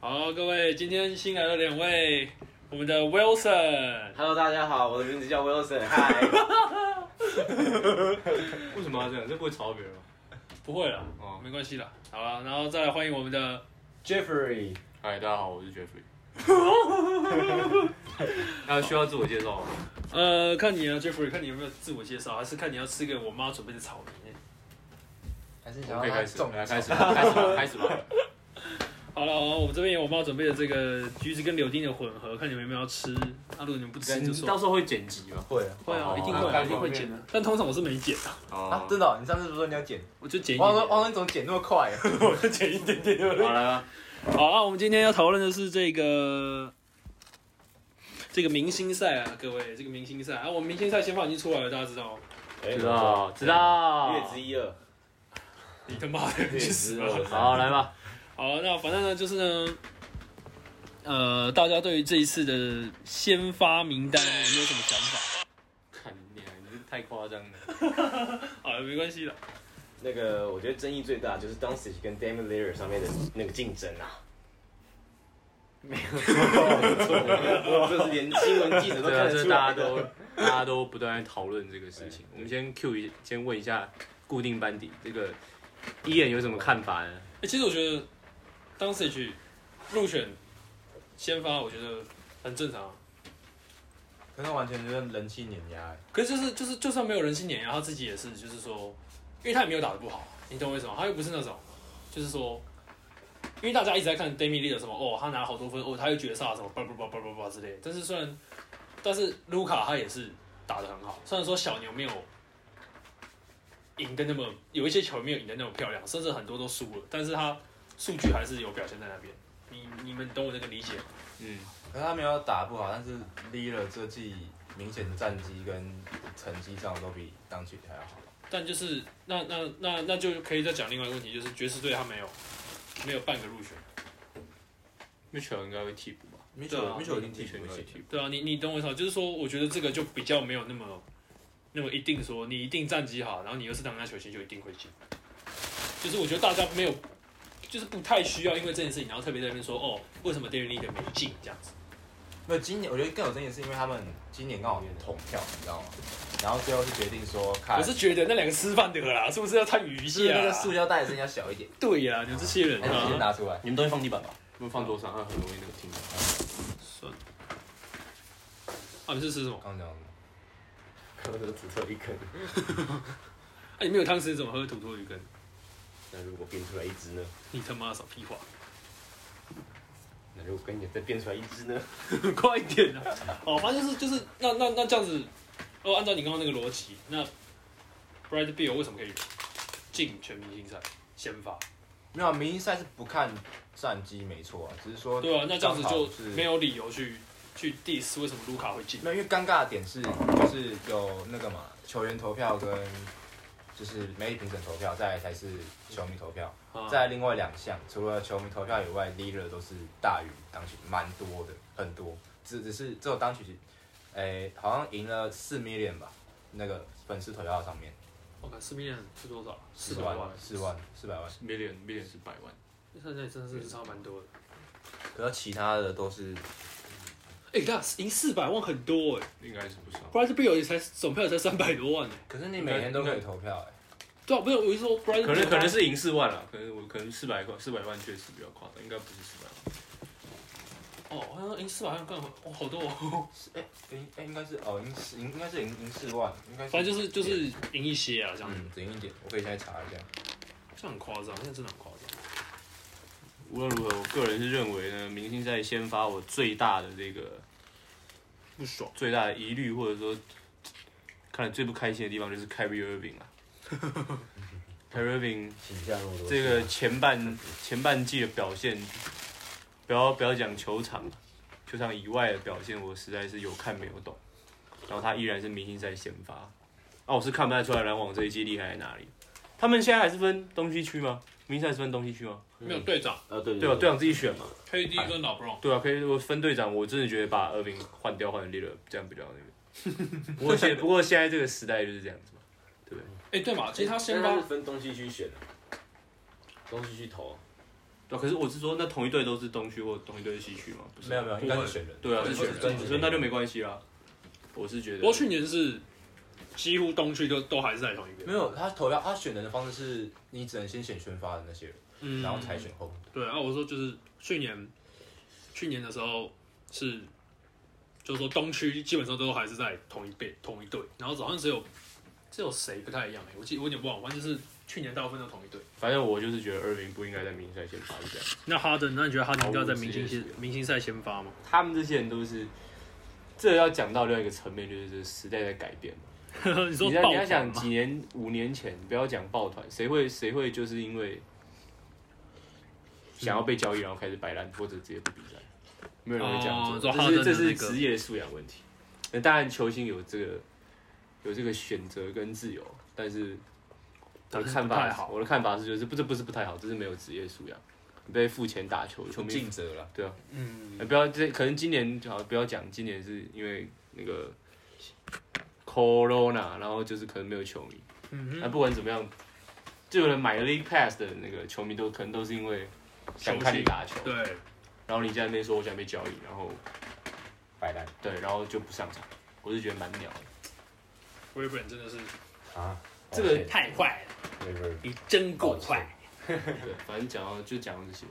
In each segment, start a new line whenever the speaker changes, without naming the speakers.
好，各位，今天新来了两位，我们的 Wilson，
Hello，大家好，我的名字叫 Wilson，嗨，
为什么要这样？这不会吵到别人吗？
不会了，
哦
没关系啦，好了，然后再来欢迎我们的，
Jeffrey，
嗨，大家好，我是 Jeffrey。还有需要自我介绍吗？
呃，看你啊，Jeffrey，看你有没有自我介绍，还是看你要吃个我妈准备的草莓？
还是
我
想
们可以
要他
开始，
中
来开始吧，开始吧，开始吧。
好了，好了，我们这边有我妈准备的这个橘子跟柳丁的混合，看你们有没有要吃。啊，如果你们不吃就
你到
算。
时候会剪辑吗？
会啊
会啊，
哦
一定会
那
啊，一定会剪的。但通常我是没剪的，
啊
啊！真的哦，你上次是不是说你要剪？
我就剪一
王
点
王王
点。
文总剪那么快啊？
我就剪一点点而已。
好了，
好，那我们今天要讨论的是这个这个明星赛啊，各位，这个明星赛啊，我们明星赛先放已经出来了，大家知道吗？
知道知道。
月之一二，
你他妈的，你去死吧！
好，来吧。
好，那反正呢，就是呢，呃，大家对于这一次的先发名单有没有什么想法？
看你啊，你这太夸张了。
啊，没关系的，
那个我觉得争议最大就是当时跟 Damian l i l l a r 上面的那个竞争啊。没有错，这是连新闻记者都
对啊，
看得
这
出
大家
来
都
的。
大家都不断在讨论这个事情。我们先 Q 一，先问一下固定班底这个伊人有什么看法呢？
欸其实我觉得当时去入选先发，我觉得很正常啊。
可是完全就是人气碾压欸，
可是就是就是，就算没有人性碾压，他自己也是，就是说，因为他也没有打得不好，啊你懂我意思吗？他又不是那种，就是说，因为大家一直在看 d a m i l e 的什么哦，他拿了好多分哦，他又绝杀什么叭叭叭叭叭叭之类的。但是虽然，但是卢卡他也是打得很好，虽然说小牛没有赢的那么，有一些球没有赢的那么漂亮，甚至很多都输了，但是他数据还是有表现在那边。你你们懂我这个理解吗？
嗯，
可是他没有打不好，但是 l i l a 这季明显战绩跟成绩上都比当季还要好。
但就是那那那那就可以再讲另外一个问题，就是爵士队他没有没有半个入选。
那球应该会替补吧？
米
对啊
球米球已经替
球应
补
该
了
会，替补。
对啊，你你懂我意思吗？就是说，我觉得这个就比较没有那么那么一定说你一定战绩好，然后你又是当家球星就一定会进。就是我觉得大家没有，就是不太需要因为这件事情，然后特别在那边说哦，为什么 d a v i d 没进这样子？
那今年我觉得更有争议的是因为他们今年刚好统票，你知道吗？然后最后是决定说看，
我是觉得那两个吃饭的啦，是不哎是要参与一
是
下、
那
啊
个？塑胶袋的声音要小一点，
对呀、你们这些人
还是先
啊，
拿出来？
你们东西放地板吧，你们放桌上，它很容易那个听到。
算了。啊，你是吃什么？
刚刚讲什么
我都只抽一根，
啊，你没有汤匙怎么喝土托鱼羹？
那如果变出来一只呢？
你他妈少屁话！
那如果跟你再变出来一只呢？
快一点啊！哦，反正就是就是那那那这样子，哦，按照你刚刚那个逻辑，那 Brad Bill 为什么可以进全明星赛先发？
没有啊，明星赛是不看战绩没错啊，只是说
对啊，那这样子
刚
就
好是
没有理由去去 diss 为什么卢卡会进。
没有，因为尴尬的点是，就是有那个嘛，球员投票跟就是媒体评审投票，再来才是球迷投票，
啊
再来另外两项，除了球迷投票以外，leader 都是大于当局蛮多的，很多，只只是只有当局，哎、好像赢了四 million 吧，那个粉丝投票上面
我看四 million 哦是多少？四
四
百
万
万。
四万四百万，
million million 是百万，
那那真的是差蛮多的。
可是其他的都是
哎、那赢四百万很多哎、
应该是不少。
b r a d Bill 也才总票也才三百多万哎、
可是你每天都可以投票哎、
对啊，不是我是说 Brad，
可能可能是赢四万了，可能我可能四百块四百万确实比较夸张，应该不是四百万。
哦，好像赢四百万干嘛？哦，好多哦，
是哎赢哎应该是哦赢四应该是赢赢四万，应该是
反正就是就是赢一些啊，这样子，
嗯，等一点，我可以现在查一下。
这样很夸张，这样真的很夸张。
无论如何，我个人是认为呢，明星赛先发我最大的这个
不爽。
最大的疑虑，或者说看了最不开心的地方就是 Kyrie Irving 啊 ，Kyrie Irving
请假那么多
这个前半前半季的表现，不要不要讲球场，球场以外的表现，我实在是有看没有懂。然后他依然是明星赛先发，啊，我是看不太出来篮网这一季厉害在哪里。他们现在还是分东西区吗？明星赛是分东西区吗？
嗯没有队长
啊，对
对吧？队长自己选嘛。
KD 跟老 Brown，
对啊，可以。我分队长，我真的觉得把二兵换掉换成利勒，这样比较那 个。不过现不过现在这个时代就是这样子嘛。
哎、对嘛，其实他先
但
发
是分东西区选的，东西区投，
对啊，可是我是说，那同一队都是东区或同一队是西区吗？不是
没有没有，应该是选人。
对啊，
对
是选
对
人，
对
所以那就没关系啦。我是觉得，
不过去年是几乎东区都都还是在同一边
没，有，他投票他选人的方式是你只能先选宣发的那些人，
嗯
然后才选后。
对啊，我说就是去年，去年的时候是，就是说东区基本上都还是在同一队同一队，然后好像只有只有谁不太一样、欸、我记我有点忘了，反正就是去年大部分都同一队。
反正我就是觉得二零不应该在明星赛先发，是这样。
那哈登，那你觉得哈登
登
应该
应该
在
在
明
明
星
星
先
先
明星赛先发吗？
他们这些人都是，这要讲到另外一个层面，就是时代在改变嘛。
你说
你在
爆
你要
款
想
吗
几？年五年前，不要讲抱团，谁会谁会就是因为想要被交易，然后开始摆烂或者直接不比赛，没有人会这样
哦说
做，
哈登的
这是这
那
是
个
职业素养问题。那当然，球星有这个有这个选择跟自由，但是我的看
不太
法
好
我的看法是就是不这不是不太好，这是没有职业素养，你被付钱打球，球
就
迷
尽责了，
对啊，
嗯，
呃不要这可能今年好不要讲，今年是因为那个 corona，然后就是可能没有球迷。
嗯
那、不管怎么样，就有人买了 league pass 的那个球迷都可能都是因为想看你打球，
对，
然后你在那边说我想被交易，然后
摆烂
对，然后就不上场，我就觉得蛮鸟的。
威本真的是
啊。
这
哦
个
太坏了，
没有没有
你真够坏。
对，反正讲到就讲到这些。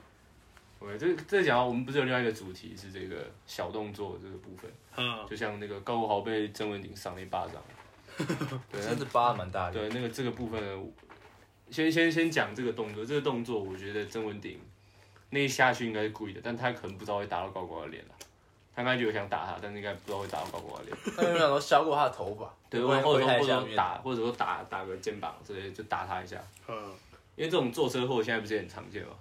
OK，这这讲到我们不是有另外一个主题是这个小动作这个部分，
嗯，
就像那个高国豪被郑文鼎赏了一巴掌，对，那
真的疤蛮大的。
对，那个这个部分呢，我先先先讲这个动作，这个动作我觉得曾文鼎那一下去应该是故意的，但他可能不知道会打到高高的脸了。他刚才就有想打他，但是应该不知道会打到高高的脸。
他有没有想说削过他的头发？
对，
不然
或者说
挥太
或者
下
说
面
打，或者说打打个肩膀之类的，就打他一下。
嗯，
因为这种坐车祸现在不是很常见吗？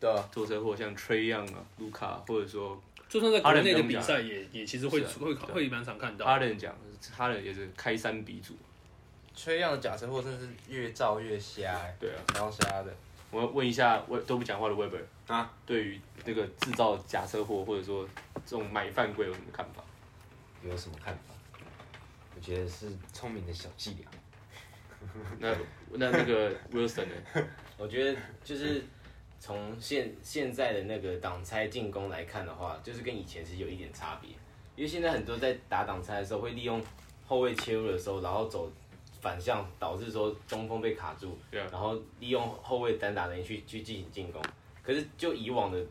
对啊，
坐车祸像 Trey Young 啊、卢卡，或者说
就算在国
哈登
内
不
的
用
比
讲
赛也也其实会
是啊
会
对
会蛮常看到。
Harden 讲，Harden 也是开山鼻祖。
缺样的假车祸真是越造越瞎、欸，
对啊，
然后瞎的。
我要问一下，我都不讲话的 Weber
啊，
对于那个制造假车祸或者说这种买犯规有什么看法？
有什么看法？我觉得是聪明的小伎俩。
那那那个 Wilson 呢？
我觉得就是从现现在的那个挡拆进攻来看的话，就是跟以前是有一点差别，因为现在很多在打挡拆的时候会利用后卫切入的时候，然后走反向，导致说中锋被卡住，
对啊
然后利用后卫单打人去去进行进攻。可是就以往的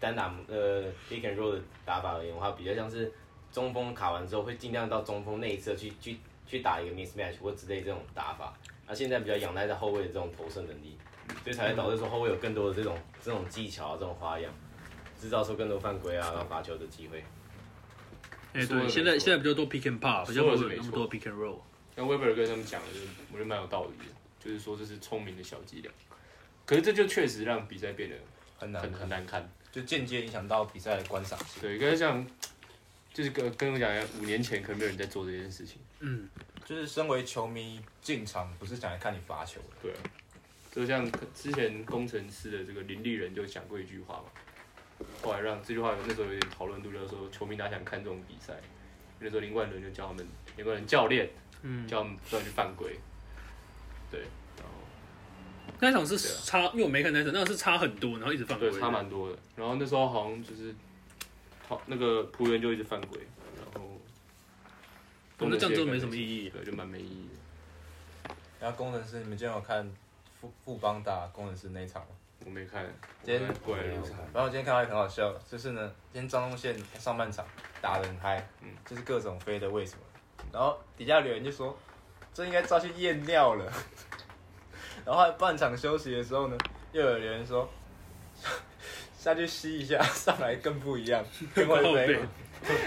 单打呃 pick and roll 的打法而言的话，比较像是中锋卡完之后会尽量到中锋内侧去去去打一个 mismatch 或之类这种打法。那、现在比较仰赖在后卫的这种投射能力，所以才会导致说后卫有更多的这种这种技巧啊、这种花样，制造出更多犯规啊，然后罚球的机会。
哎、
说得
对，
没
现在
错
现在比较多 pick and pop，比较
说
不
得
会
是
有
没
那么
错
多 pick and roll。
那 Weber 跟他们讲的，就是我觉得蛮有道理的，就是说这是聪明的小伎俩。可是这就确实让比赛变得
很难
很
看
很，难看。
就间接影响到比赛的观赏性。
对，跟像就是跟跟我讲一样，五年前可能没有人在做这件事情。
嗯，
就是身为球迷进场，不是想来看你罚球的，
对啊，就像之前工程师的这个林立人就讲过一句话嘛，后来让这句话那时候有点讨论度，就是说球迷哪想看这种比赛？那时候林冠伦就教他们，林冠伦教练，
嗯
教他们不要去犯规。对，然后。
那场是
对啊
差，因为我没看那场，那场是差很多，然后一直犯规
对，
的，
差蛮多的。然后那时候好像就是，好那个仆员就一直犯规，然后
我们这样就没什么意义。
对，就蛮没意义的。
然后工程师，你们今天有看富富邦打工程师那一场吗？
我没看，
今天
我在过来的路上，
然后我今天看到一个很好笑的，就是呢，今天张东宪上半场打得很嗨，
嗯
就是各种飞的为什么？然后底下留言就说，这应该抓去验尿了。 然后半场休息的时候呢，又有人说，下去吸一下，上来更不一样，更会
靠
飞
背，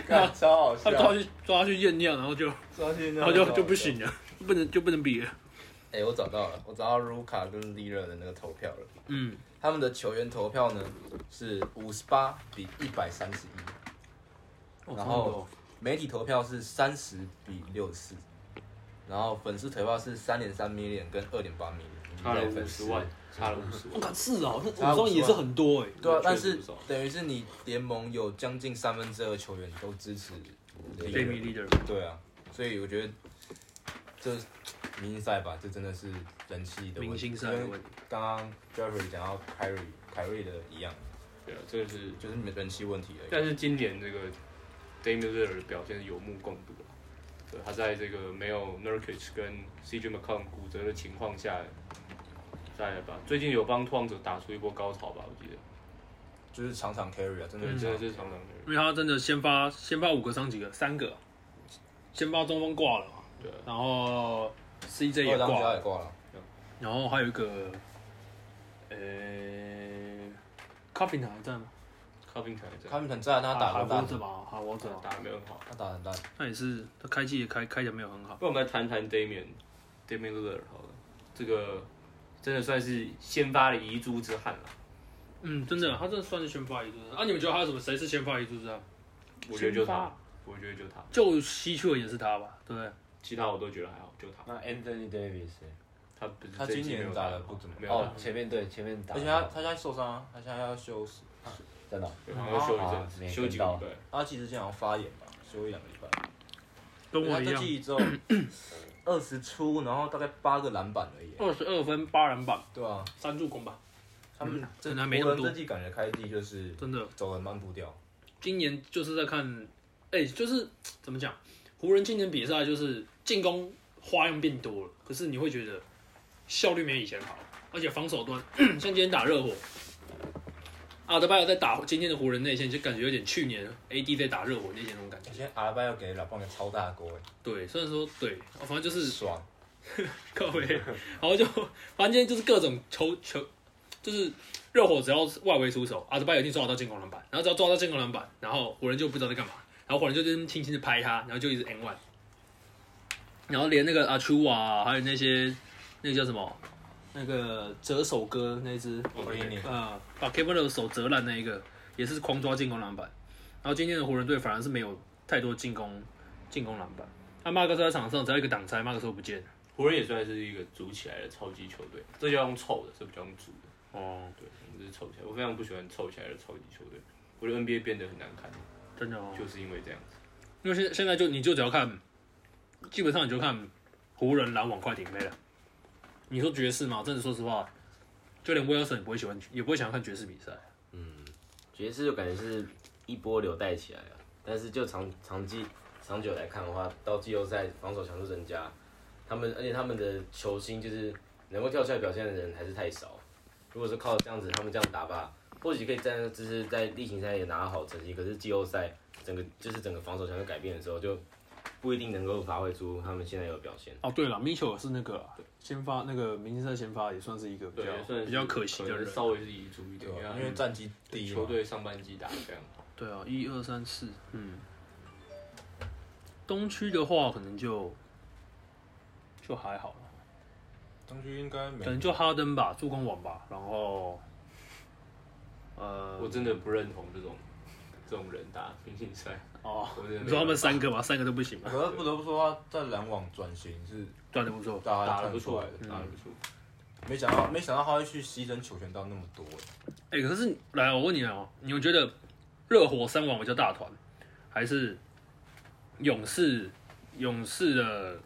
看超好
啊
他抓
笑，
去抓去验尿，然后就
抓去那
然后就就不。行了，不能就不能比了。
哎、我找到了，我找到 Ruka 跟 Lira 的那个投票了。
嗯，
他们的球员投票呢是五十八比一百三十一，
哦
然后媒体投票是三十比六四，然后粉丝投票是三点三 million 跟二点八 million，
差了
对
五
粉
十
啊
丝
万，差了五十
我
万。
靠，是哦，那
差
五双也是很多哎。
对啊，但
确实
是
不少
等于是你联盟有将近三分之二球员都支持 Lillard
Jamie Leader，
对啊，所以我觉得这明星赛吧，这真的是人气的问题
明星赛的问题。
刚刚 Jeffrey 讲到凯瑞，凯瑞的一样，
对啊，这个是。
就是人气问题而已。
但是今年这个 d a m i l l e r 的表现是有目共睹啊对，他在这个没有 Nurkic 跟 CJ McCollum 骨折的情况下，在吧，最近有帮拓荒者打出一波高潮吧，我记得，
就是场场 carry 啊，真的
嗯
对，真的
是场场
是常常
因为他真的先发先发五个伤几个，三个，先发中锋挂了嘛，
对啊，
然后 CJ 也
二哦当
挂
家
了
也，挂了，
然后还有一个，呃 c o p p i n 还在吗？
靠近团战
他们很赞，但他打
还
不烂
活着，吧，还活着吧。
打得没有很好。
他打得很烂。
那也是，他开机也开开的没有很好。
那我们来谈谈 Damian Damian l i l l a r 好了，这个真的算是先发的遗珠之憾了，
嗯，真的，他真的算是先发一柱啊，你们觉得还有什么谁是先发一柱之啊？
我觉得就
先
他
发，
我觉得就他，
就西区而言是他吧，对不对？
其他我都觉得还好，就他，
那 Anthony Davis，欸
他不是
他
这一季
今年
没有
打得
得
不怎么
没有打
哦，前面对前面打
啊而
得
且
好，
他他现在受伤啊，他现在要休息。
真的哦
对，然后休一阵
啊
子，
没
休几个
看
礼
到
拜。
他其实经常发炎吧，休一两个礼拜。
跟我
他
一
这
样，
季之后二十出，然后大概八个篮板而已。
二十二分八篮板
对啊，
三助攻吧，
他们这
可能还嗯没那么多
湖人这季感觉开季就是
真的。
走很慢步调，
今年就是在看，哎、就是怎么讲，湖人今年比赛就是进攻花样变多了，可是你会觉得效率没有以前好，而且防守端 像今天打热火，阿德拜尔在打今天的湖人内线，就感觉有点去年 AD 在打热火内线那种感觉
以。前阿拉拜要给老棒一个超大的锅，
对，虽然说对，反正就是
爽。
各位，然后就反正今天就是各种球球，就是热火只要是外围出手，阿德拜尔一定抓得到进攻篮板，然后只要抓到进攻篮板，然后湖人就不知道在干嘛，然后湖人就在那边轻轻的拍他，然后就一直 N one，然后连那个阿丘瓦，还有那些那个叫什么，那个折手哥那只，
我给你，
呃，把 Kevin Love 手折烂那一个，也是狂抓进攻篮板。然后今天的湖人队反而是没有太多进攻进攻篮板。那马克斯在场上只要一个挡拆，马克斯不见了。
湖人也算是一个组起来的超级球队，这就要用凑的，这不叫用组的。
哦，
对，我们这是凑起来。我非常不喜欢凑起来的超级球队，我觉得 NBA 变得很难看，
真的哦。
就是因为这样子。
因为现现在就你就只要看，基本上你就看湖人、篮网、快艇没了。你说爵士嘛，真的说实话，就连威尔森也不会喜欢，也不会想要看爵士比赛。
爵士就感觉是一波流带起来了，但是就长长期长久来看的话，到季后赛防守强度增加，他们而且他们的球星就是能够跳出来表现的人还是太少。如果是靠这样子，他们这样打吧，或许可以在就是在例行赛也拿到好成绩，可是季后赛整个就是整个防守强度改变的时候，就不一定能够发挥出他们现在有的表现。
哦，对了，米球是那个啦先发，那个明星赛先发也算是一个比
对，也
较
算是
比较可惜的
能
人。
稍微是遗珠一
对
点，
啊，因
因
为
为
战绩第一嘛
球队上半季打得非常好。
对啊，一二三四，嗯。东区的话，可能就就还好了，
东区应该没
可能就哈登吧，助攻王吧，然后呃，
我真的不认同这种 这种人打明星赛，
哦，
我真的没
你说他们
办法
三个嘛，三个都不行嘛，
可是不得不说，他在篮网转型是
赚的不错。
大家
打
看
得
得
不
出
错
来的，，
嗯
打得不错。
没想到没想到他会去牺牲球权到那么多，
哎、可是来，我问你哦，你们觉得热火三网比较大团，还是勇士勇士的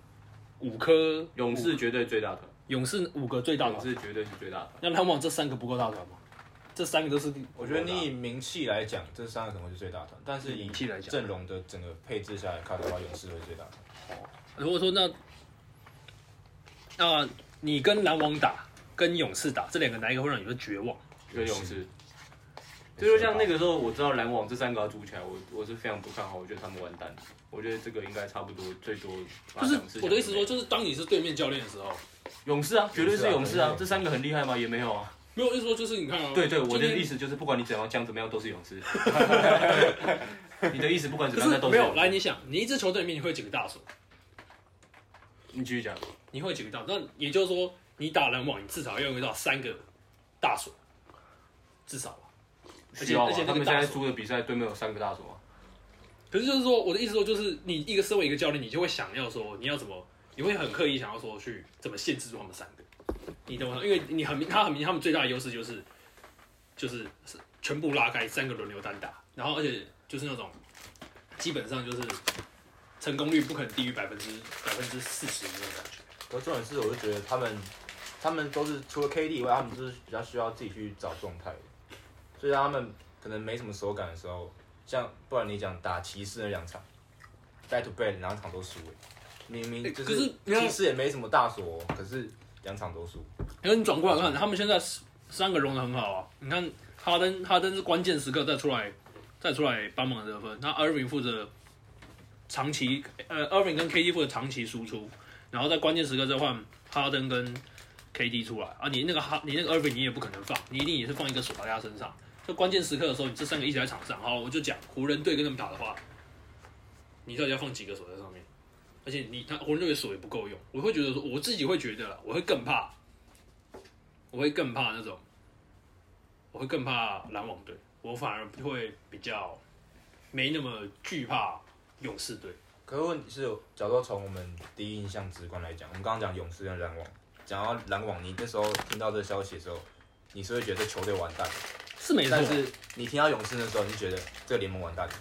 五颗
勇士绝对最大团，
勇士五个最大
勇
团？
士绝对是最大团。
那篮网这三个不够大团吗？这三个都是
我觉得你以名气来讲，这三个可能会是最大团，但是以
名气来讲
阵容的整个配置下来看的话，勇士会是最大团。
如果说那那你跟篮网打，跟勇士打，这两个哪一个会让你们绝望？
跟勇士。就是像那个时候，我知道篮网这三个要组起来，我我是非常不看好，我觉得他们完蛋。我觉得这个应该差不多，最多八
不是
强四强
我的意思说，
没
就是当你是对面教练的时候，
勇士啊，绝对是勇士啊
勇士啊，
这三个很厉害吗？也没有啊。
没有，我意思说就是你看啊，
对对，我
今天
的意思就是，不管你怎样讲怎么样，都是 勇士。你的意思不管怎
可
么样，那
是
都
没
是
有
勇士
来，你想，你一支球队里面你会有几个大手？
你继续讲。
你会有几个大手？那也就是说，你打篮网，你至少要用到三个大手，至少吧。而
需
且
要
而
啊
且，那
他
个
们现
大
在
手，
输的比赛对面有三个大手啊。
可是就是说，我的意思说，就是你一个身为一个教练，你就会想要说，你要怎么，你会很刻意想要说去怎么限制住他们三个。你懂我意思吗？因为你很明，他很明，他们最大的优势就是就是是全部拉开，三个轮流单打，然后而且就是那种基本上就是成功率不可能低于百分之百分之四十那种感觉。
可是重点是，我就觉得他们他们都是除了 KD 以外，他们就是比较需要自己去找状态的，所以他们可能没什么手感的时候，像不然你讲打骑士那两场，back to back 两场都输了，明明就
哎可是你看
骑士也没什么大锁哦、可是两场都输。
然后哎你转过来看，他们现在三个融的很好啊。你看哈登，哈登是关键时刻再出来，再出来帮忙得分。那 Irving 负责长期，呃，Irving 跟 KD 负责长期输出，然后在关键时刻再换哈登跟 KD 出来啊。你那个哈，你那个 Irving 你也不可能放，你一定也是放一个锁在他身上。就关键时刻的时候，你这三个一起在场上，好，我就讲湖人队跟他们打的话，你到底要放几个锁在上面？而且你他湖人队的锁也不够用，我会觉得说，我自己会觉得啦，我会更怕我会更怕那种，我会更怕篮网队，我反而会比较没那么惧怕勇士队。
可是问题是，假如说从我们第一印象直观来讲，我们刚刚讲勇士跟篮网，讲到篮网，你那时候听到这个消息的时候，你是会觉得球队完蛋了，
是没错
但，是你听到勇士的时候，你就觉得这个联盟完蛋了，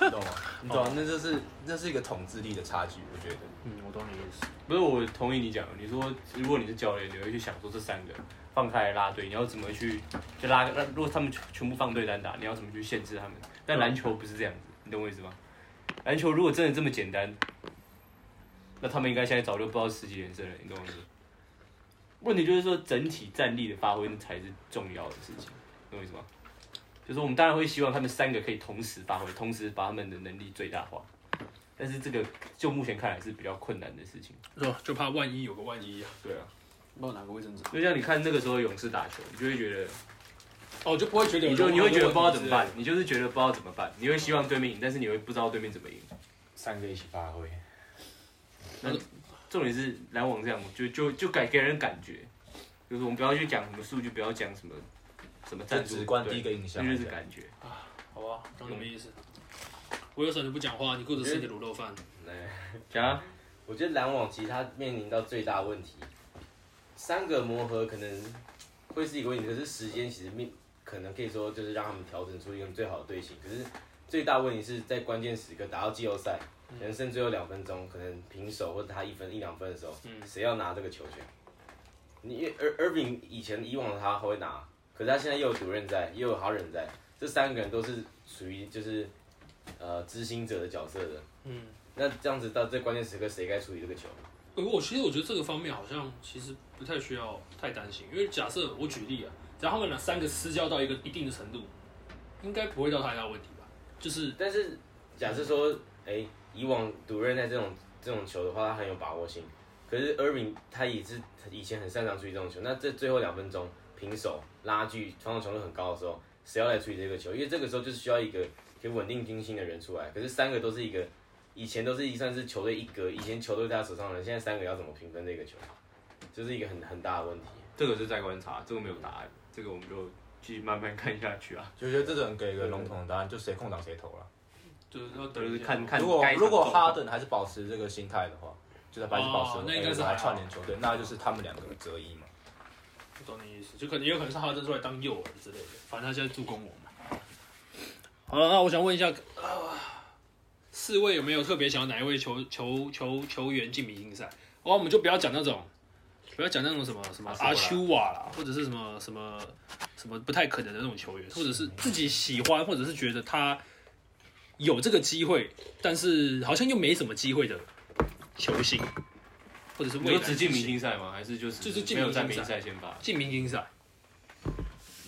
你懂吗？你懂吗，那就是那是一个统治力的差距，我觉得。
嗯，我懂你的意思。
不是，我同意你讲的。你说，如果你是教练，你会去想说这三个放开来拉队，你要怎么去就拉？那如果他们全全部放对单打，你要怎么去限制他们？但篮球不是这样子，你懂我意思吗？篮球如果真的这么简单，那他们应该现在早就不知道十几连胜了，你懂我意思吗？问题就是说整体战力的发挥才是重要的事情，你懂我意思吗？就是我们当然会希望他们三个可以同时发挥，同时把他们的能力最大化，但是这个就目前看来是比较困难的事情。
说就怕万一有个万一啊，
对啊，
不知道哪个卫生纸
就像你看那个时候勇士打球，你就会觉得，
哦，就不会觉得有
你就
任何
你会觉得不知道
问题
怎么办，你就是觉得不知道怎么办，你会希望对面赢，但是你会不知道对面怎么赢。
三个一起发挥，
重点是篮网这样，就就就给给人感觉，就是我们不要去讲什么数据，不要讲什么什么
这
战术，
直观
对
第一个印象
那就是感觉。
之类的。好吧，懂你的意思。我有手就不讲话，你顾着吃你的卤肉饭。
讲啊，
我觉得篮网其实它面临到最大的问题，三个磨合可能会是一个问题，可是时间其实面可能可以说就是让他们调整出一个最好的队形。可是最大问题是在关键时刻打到季后赛，人生最后两分钟，可能平手或者他一分一两分的时候，谁要拿这个球权？你因为 Ir Irving 以前以往的他会拿，可是他现在又有主任在，又有好人在，这三个人都是属于就是呃执行者的角色的。
嗯，
那这样子到最关键时刻，谁该处理这个球？
呃我其实我觉得这个方面好像其实不太需要太担心，因为假设我举例啊，只要他们俩三个私交到一个一定的程度，应该不会到太大问题吧？就是
但是假设说，哎、以往赌任在这种这种球的话，他很有把握性。可是 Irving 他也是以前很擅长处理这种球。那这最后两分钟平手拉锯，传统程度很高的时候，谁要来处理这个球？因为这个时候就是需要一个可以稳定军心的人出来。可是三个都是一个，以前都是一算是球队一格，以前球队在他手上的人，现在三个要怎么平分这个球？就是一个很很大的问题。
这个是在观察，这个没有答案，这个我们就继续慢慢看下去 啊。
就觉得这种给一个笼统的答案，就谁空档谁投了。
就是要
就
等
是
一下
看看
如果
该怎么
如果
做
哈登还是保持这个心态的话，就是还是保持
哦那应该
哎
是
我
还
来
好
串联球队，那就是他们两个择一嘛。
我懂你意思，就可能也有可能是哈登出来当诱饵之类的，反正他现在助攻我嘛。好了，那我想问一下，啊、四位有没有特别想要哪一位球球球球员进明星赛？哦，我们就不要讲那种，不要讲那种什么什么阿啊
阿
丘
修
瓦啦，或者是什么什么什么不太可能的那种球员，或者是自己喜欢，或者是觉得他有这个机会，但是好像又没什么机会的球星，或者是
你
未
说
来
只进
球
明
星
星赛吗？还是就是
就是进
没有
明星
在明星赛先发？
进明星赛。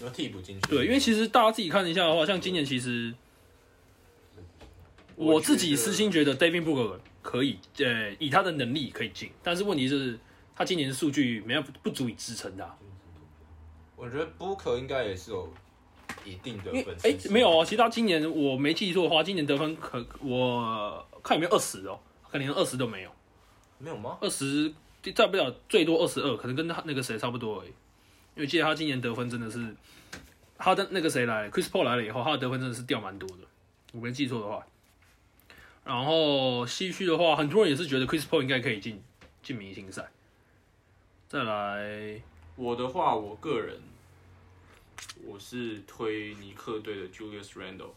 因为替补进去，
对，因为其实大家自己看一下的话，像今年其实
我
我自
觉
己
得
私心觉得 David Booker 可以，呃，以他的能力可以进，但是问题是，他今年的数据没有不足以支撑他，
嗯
我觉得 Booker 应该也是有一定的
因为
粉丝
哎、
数。
没有哦，其实他今年我没记错的话，今年得分可我看有没有二十哦，可能二十都没有，
没有吗？
二十再不了最多二十二，可能跟他那个谁差不多而已，因为记得他今年得分真的是，他的那个谁来了，Chris Paul 来了以后，他的得分真的是掉蛮多的，我没记错的话。然后西区的话，很多人也是觉得 Chris Paul 应该可以进进明星赛。再来，
我的话，我个人我是推尼克队的 Julius Randle。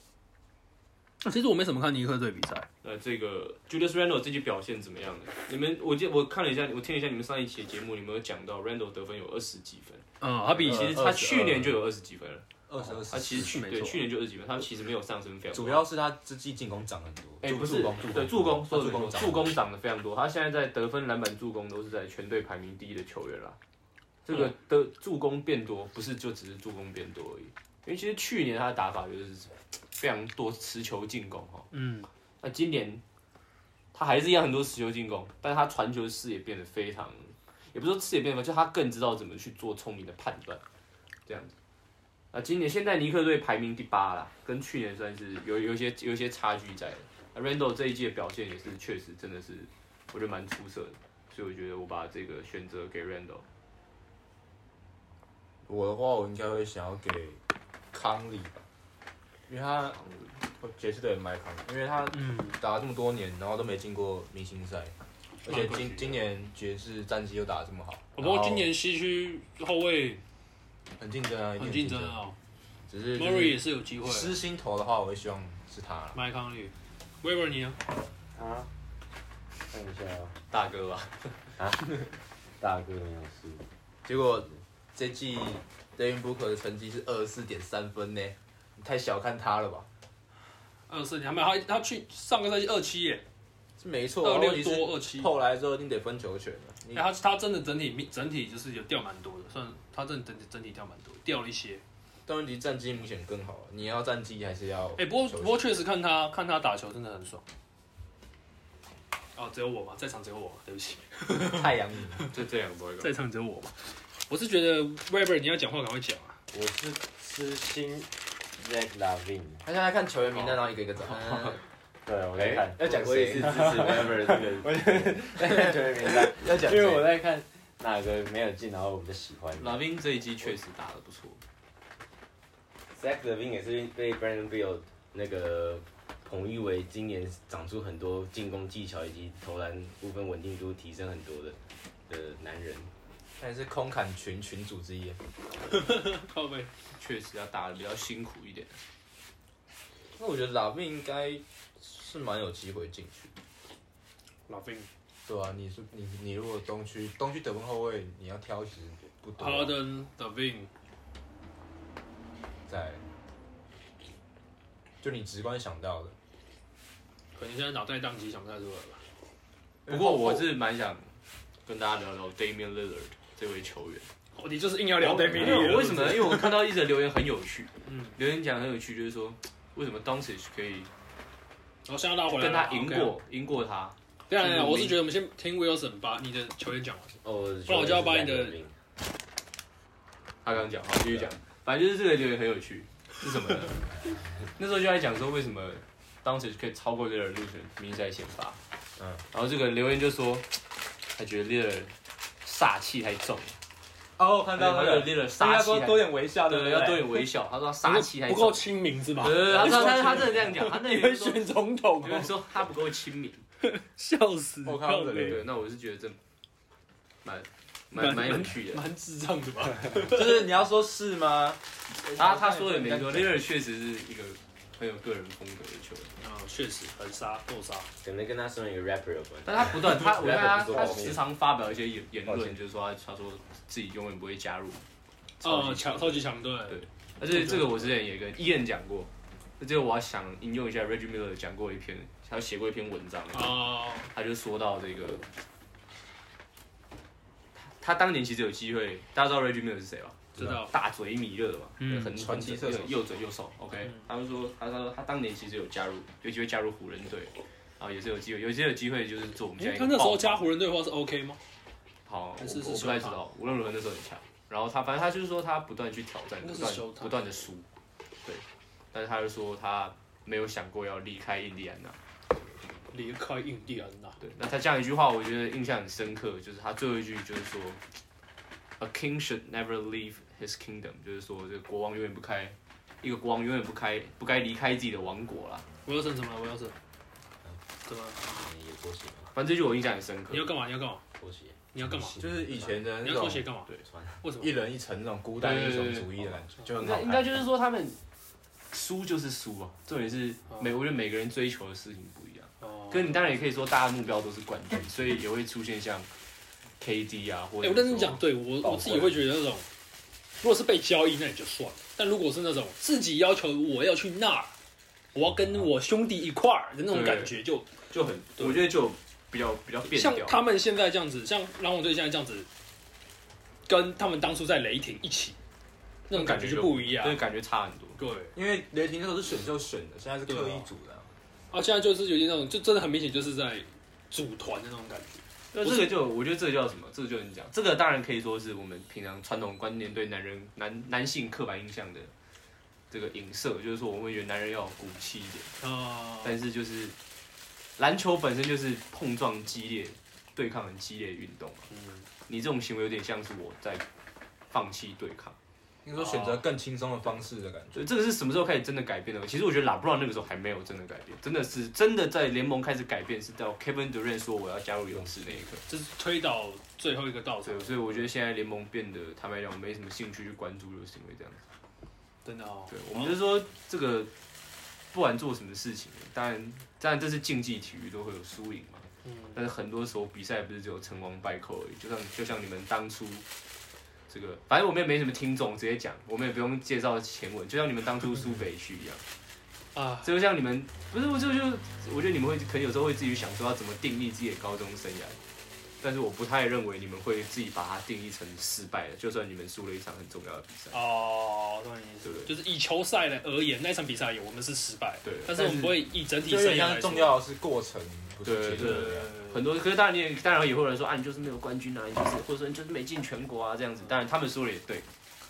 啊其实我没怎么看尼克队比赛，
那呃这个 Julius Randle 这期表现怎么样呢？你们，我记我看了一下，我听了一下你们上一期的节目，你们有讲到 Randle 得分有二十几分，
嗯，他比
啊其实
呃
他
22
去年就有二十几分了，哦
二十二
他其实去
对
对
去年就二十几分，他其实没有上升非常多
主要是他这季进攻涨很多，
哎、
助
不是，
助攻助攻
对助攻，
他
说
助
的
攻
没错
涨
助攻涨得非常多。他现在在得分、篮板、助攻都是在全队排名第一的球员啦。这
嗯
个的助攻变多，不是就只是助攻变多而已，因为其实去年他的打法就是非常多持球进攻哦哈。
嗯，
那今年他还是一样很多持球进攻，但是他传球视野变得非常，也不是说视野变得，就他更知道怎么去做聪明的判断，这样子。那今年现在尼克队排名第八啦，跟去年算是有有一些有一些差距在的。那 Randall 这一季的表现也是确实真的是，我觉得蛮出色的，所以我觉得我把这个选择给 Randall。
我的话，我应该会想要给康利吧，因为他爵士队麦康利，因为他
嗯
打了这么多年，然后都没进过明星赛，而且今今年爵士战绩又打得这么好，
不过哦今年西区后卫
很竞争啊，一定
很竞争啊
只是就是
，Murray 也是有机会。
失心头的话，我会希望是他啦。
麦康利，Weber 你呢？
啊，看一下哦
大哥啊 吧，
大哥没有事，
结果这季 Devin Booker 的成绩是二十四点三分呢，你太小看他了吧？
二四年，没有他，他去上个赛季二七耶，
是没错啊，
二
问题
六
是
多二七。
后来之后一定得分球权了。你
哎，他他真的整体整体就是有掉蛮多的，算他真的整体整体掉蛮多，掉了一些。
但问题战绩明显更好啊，你要战绩还是要？
哎、不过不过确实看他看他打球真的很爽。哦，只有我嘛，在场只有我嘛，对不起，
太阳，
这这两个不会搞。
在场只有我嘛。我是觉得 Weber 你要讲话赶快讲啊。
我是私心 Zach Lavine，
他现在看球员名单，然后一个一个找。
对我在看，
要讲谁
我也是支持 Weber 这个，我在看球员名单，
要 讲
因为我
谁？
在看哪个没有进，然后我比较喜欢的。
拉宾这一季确实打得不错，
Zach Levine 也是被 Brandon Beal 那个捧誉为今年长出很多进攻技巧以及投篮部分稳定度提升很多的的男人。
他也是空砍群群主之一啊。
靠背，
确实要打得比较辛苦一点。
那我觉得拉宾应该是蛮有机会进去的。
老兵。
对啊，你是你你如果东区东区得分后卫，你要挑其实不多啊。
Harden、d e v i n
在，就你直观想到的。
可能现在脑袋宕机想不太出来吧。呃
不过我是蛮想跟大家聊聊 Damian Lillard 这位球员。
哦，你就是硬要聊 d a v i
没有
n
为什么呢？因为我看到一则留言很有趣，
嗯，
留言讲得很有趣，就是说为什么 d o n c i c 可以
然后现在拉回来
跟
了
他赢。
OK 啊
过赢过他，
对啊，对啊我是觉得我们先听 Wilson 把你的球员讲完。
哦，我
不然我就要把你的
他刚
啊
讲，好继续讲，反正就是这个留言很有趣，是什么 呢？那时候就在讲说为什么 d o n c i c 可以超过 Lillard 入选明星赛先发，
嗯，
然后这个留言就说他觉得 Lillard 煞气太重了，
哦，我看
他觉得 Lillard 煞气太重，
点微笑
对对，要多点微笑，他说他煞气太
不
重，
够亲民是吧？
对对对，他啊他他 他真的这样讲，他那
你
里
会
面说，
选总统
有
哦
人？说他不够亲民。
笑死！
我看到这里
对，那我是觉得这蛮蛮蛮有趣的。
蛮智障的 吧？
就是你要说是吗？
他他说的没错 l i l 确实是一个很有个人风格的球员，
啊，确实很杀，够杀。
可能跟他身为一个 rapper 有关。
但他不 断他我看他
不错
他时常发表一些言言
抱
论，
歉
就是说他他说自己永远不会加入
哦，
级
强，
队
超级强队。
对而且这个我之前也跟伊恩讲过，那这个我要想引用一下 Reggie Miller 讲过一篇，他写过一篇文章，
哦，
他就说到这个，他他当年其实有机会，大家知道 Reggie Miller 是谁吧？
知道。
大嘴米勒嘛，
哦嗯
很
传奇射
很
手
又又嘴又瘦。OK，、
嗯
他就说，他说他当年其实有加入，有机会加入湖人队，然后也是有机会，有些有机会就是做我们现
哎
在，一
他
个
那时候
爆
加湖人队的话是 OK 吗？
好，
还
我
是是
我不
修
太知
塔
道，无论如何那时候很强。然后他反正他就是说他不断地去挑战，
那
不
是
断
修塔
不断的输，对。但是他就说他没有想过要离开印第安纳，
离开印第安纳。
对。那他讲一句话，我觉得印象很深刻，就是他最后一句就是说，A king should never leave his kingdom，就是说这个国王永远不开，一个国王永远不开不该离开自己的王国啦。
我要怎么了？我要怎？
嗯
怎么了？
也拖鞋吗？
反正这句我印象很深刻。
你要干嘛？你要干嘛？
拖鞋。
你要干嘛？
就是以前的
你
哦
要
那
拖
种
鞋干嘛？
对
穿
为什么
一？人一城那种孤单英雄主义的感觉，就很好
那
看。
应该就是说他们输就是输啊，重点是
哦
每我觉得每个人追求的事情不一样。
哦
跟你当然也可以说大家目标都是冠军，所以也会出现像 KD 啊，或
哎、
者
我
是
认真讲，对我我自己会觉得那种如果是被交易，那也就算了；但如果是那种自己要求我要去那儿，我要
啊
跟我兄弟一块儿的那种感觉，就
就很，
对
我觉得就比较比较变
像
调。
他们现在这样子，像篮网队现在这样子，跟他们当初在雷霆一起那种感觉就不一样
对，。感觉差很多。
对，
因为雷霆那时候是选秀选的，现在是刻意组的啊。
啊，现在就是有点那种，就真的很明显就是在组团的那种感觉。
那这个就，我觉得这个叫什么？这个就你讲，这个当然可以说是我们平常传统观念对男人男男性刻板印象的这个影射，就是说我们会觉得男人要有骨气一点，
啊、
但是就是篮球本身就是碰撞激烈、对抗很激烈的运动嘛。
嗯，
你这种行为有点像是我在放弃对抗，
应该说选择更轻松的方式的感觉。
所以这个是什么时候开始真的改变的？其实我觉得拉布朗那个时候还没有真的改变，真的是真的在联盟开始改变是到 Kevin Durant 说我要加入勇士那一刻。
就是推倒最后一个稻草
对，，所以我觉得现在联盟变得，坦白讲，没什么兴趣去关注，就是因为这样子。
真的哦。
对，我们就是说这个，不管做什么事情，当然，当然这是竞技体育都会有输赢嘛。
嗯，
但是很多时候比赛不是只有成王败寇而已，就像就像你们当初这个，反正我们也没什么听众，直接讲，我们也不用介绍前文，就像你们当初输北区一样。
啊，
这就像你们不是，我就就我觉得你们会可能有时候会自己想说要怎么定义自己的高中生涯，但是我不太认为你们会自己把它定义成失败的，就算你们输了一场很重要的比赛。
哦，懂你意思
对不，对
就是以球赛来而言，那一场比赛有我们是失败，
对
但是我们不会以整体
就有
生涯
点像
来
是
说
重。要的是过程，不是
对
结
对
果
对
对
这样。
很多，可是当然你也当然也会有人说啊，你就是没有冠军啊，你就是或者说你就是没进全国啊这样子。当然他们说的也对，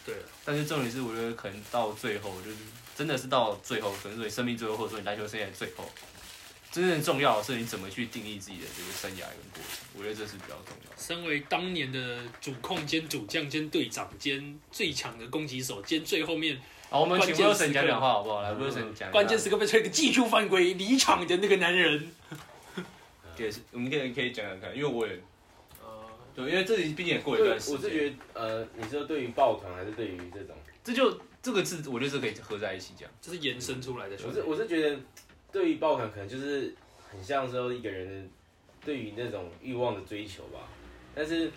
对，
但是重点是我觉得可能到最后就是真的是到最后，可能说你生命最后或者说你篮球生涯最后，真正重要的是你怎么去定义自己的这个生涯跟过程，我觉得这是比较重要的。
身为当年的主控兼主将兼队长兼最强的攻击手兼最后面
好，我们请
关键
Wilson
时刻
讲讲话好不好？来，Wilson 讲。
关键时刻被吹个技术犯规离场的那个男人，
也是，我们可以可以讲讲看，因为我也
呃，
对，因为这里毕竟也过一
对，
段
我
时间，
是觉得，呃，你是对于抱团还是对于这种？
这就这个字，我觉得这可以合在一起讲。
就是延伸出来的球
我
队
是我是觉得，对于抱团可能就是很像说一个人的对于那种欲望的追求吧。但是，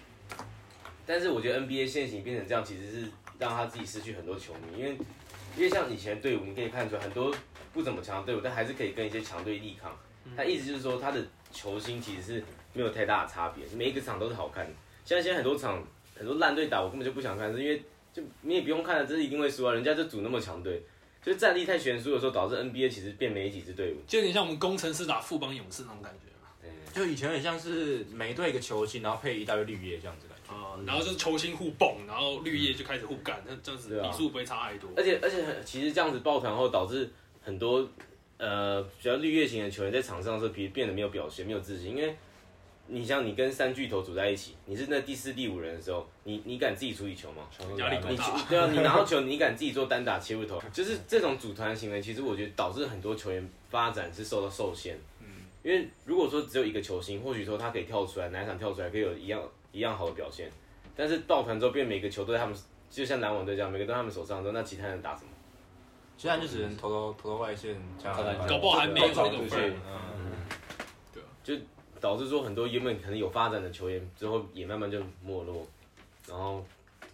但是我觉得 NBA 现行变成这样，其实是让他自己失去很多球迷，因为因为像以前的队伍，你可以看出来很多不怎么强的队伍，但还是可以跟一些强队力抗。
嗯
他意思就是说，他的球星其实是没有太大的差别，每一个场都是好看的。像现在很多场很多烂队打，我根本就不想看，是因为就你也不用看了，这是一定会输啊，人家就组那么强队。就是战力太悬殊的时候，导致 NBA 其实变没几支队伍。
就有点像我们工程师打富邦勇士那种感觉嘛。
就以前很像是每队一个球星，然后配一大堆绿叶这样子感觉。
啊，然后就是球星互蹦，然后绿叶就开始互干，那这样子
对啊
比数不会差太多。
而且而且很，其实这样子抱团后，导致很多呃比较绿叶型的球员在场上的时候，其实变得没有表现，没有自信。因为你像你跟三巨头组在一起，你是那第四、第五人的时候，你你敢自己处理球吗？
压力多
你
大
去对啊，你拿到球，你敢自己做单打切入投，就是这种组团行为，其实我觉得导致很多球员发展是受到受限。嗯，因为如果说只有一个球星，或许说他可以跳出来，哪一场跳出来可以有一样一样好的表现，但是抱团之后变每个球队他们就像篮网队这样，每个都在他们手上之后，那其他人打什么？
现在就只能投投投投外线，加
可能
搞不好还没有那个
对
feel
嗯，
导致说很多原本可能有发展的球员之后也慢慢就没落，然后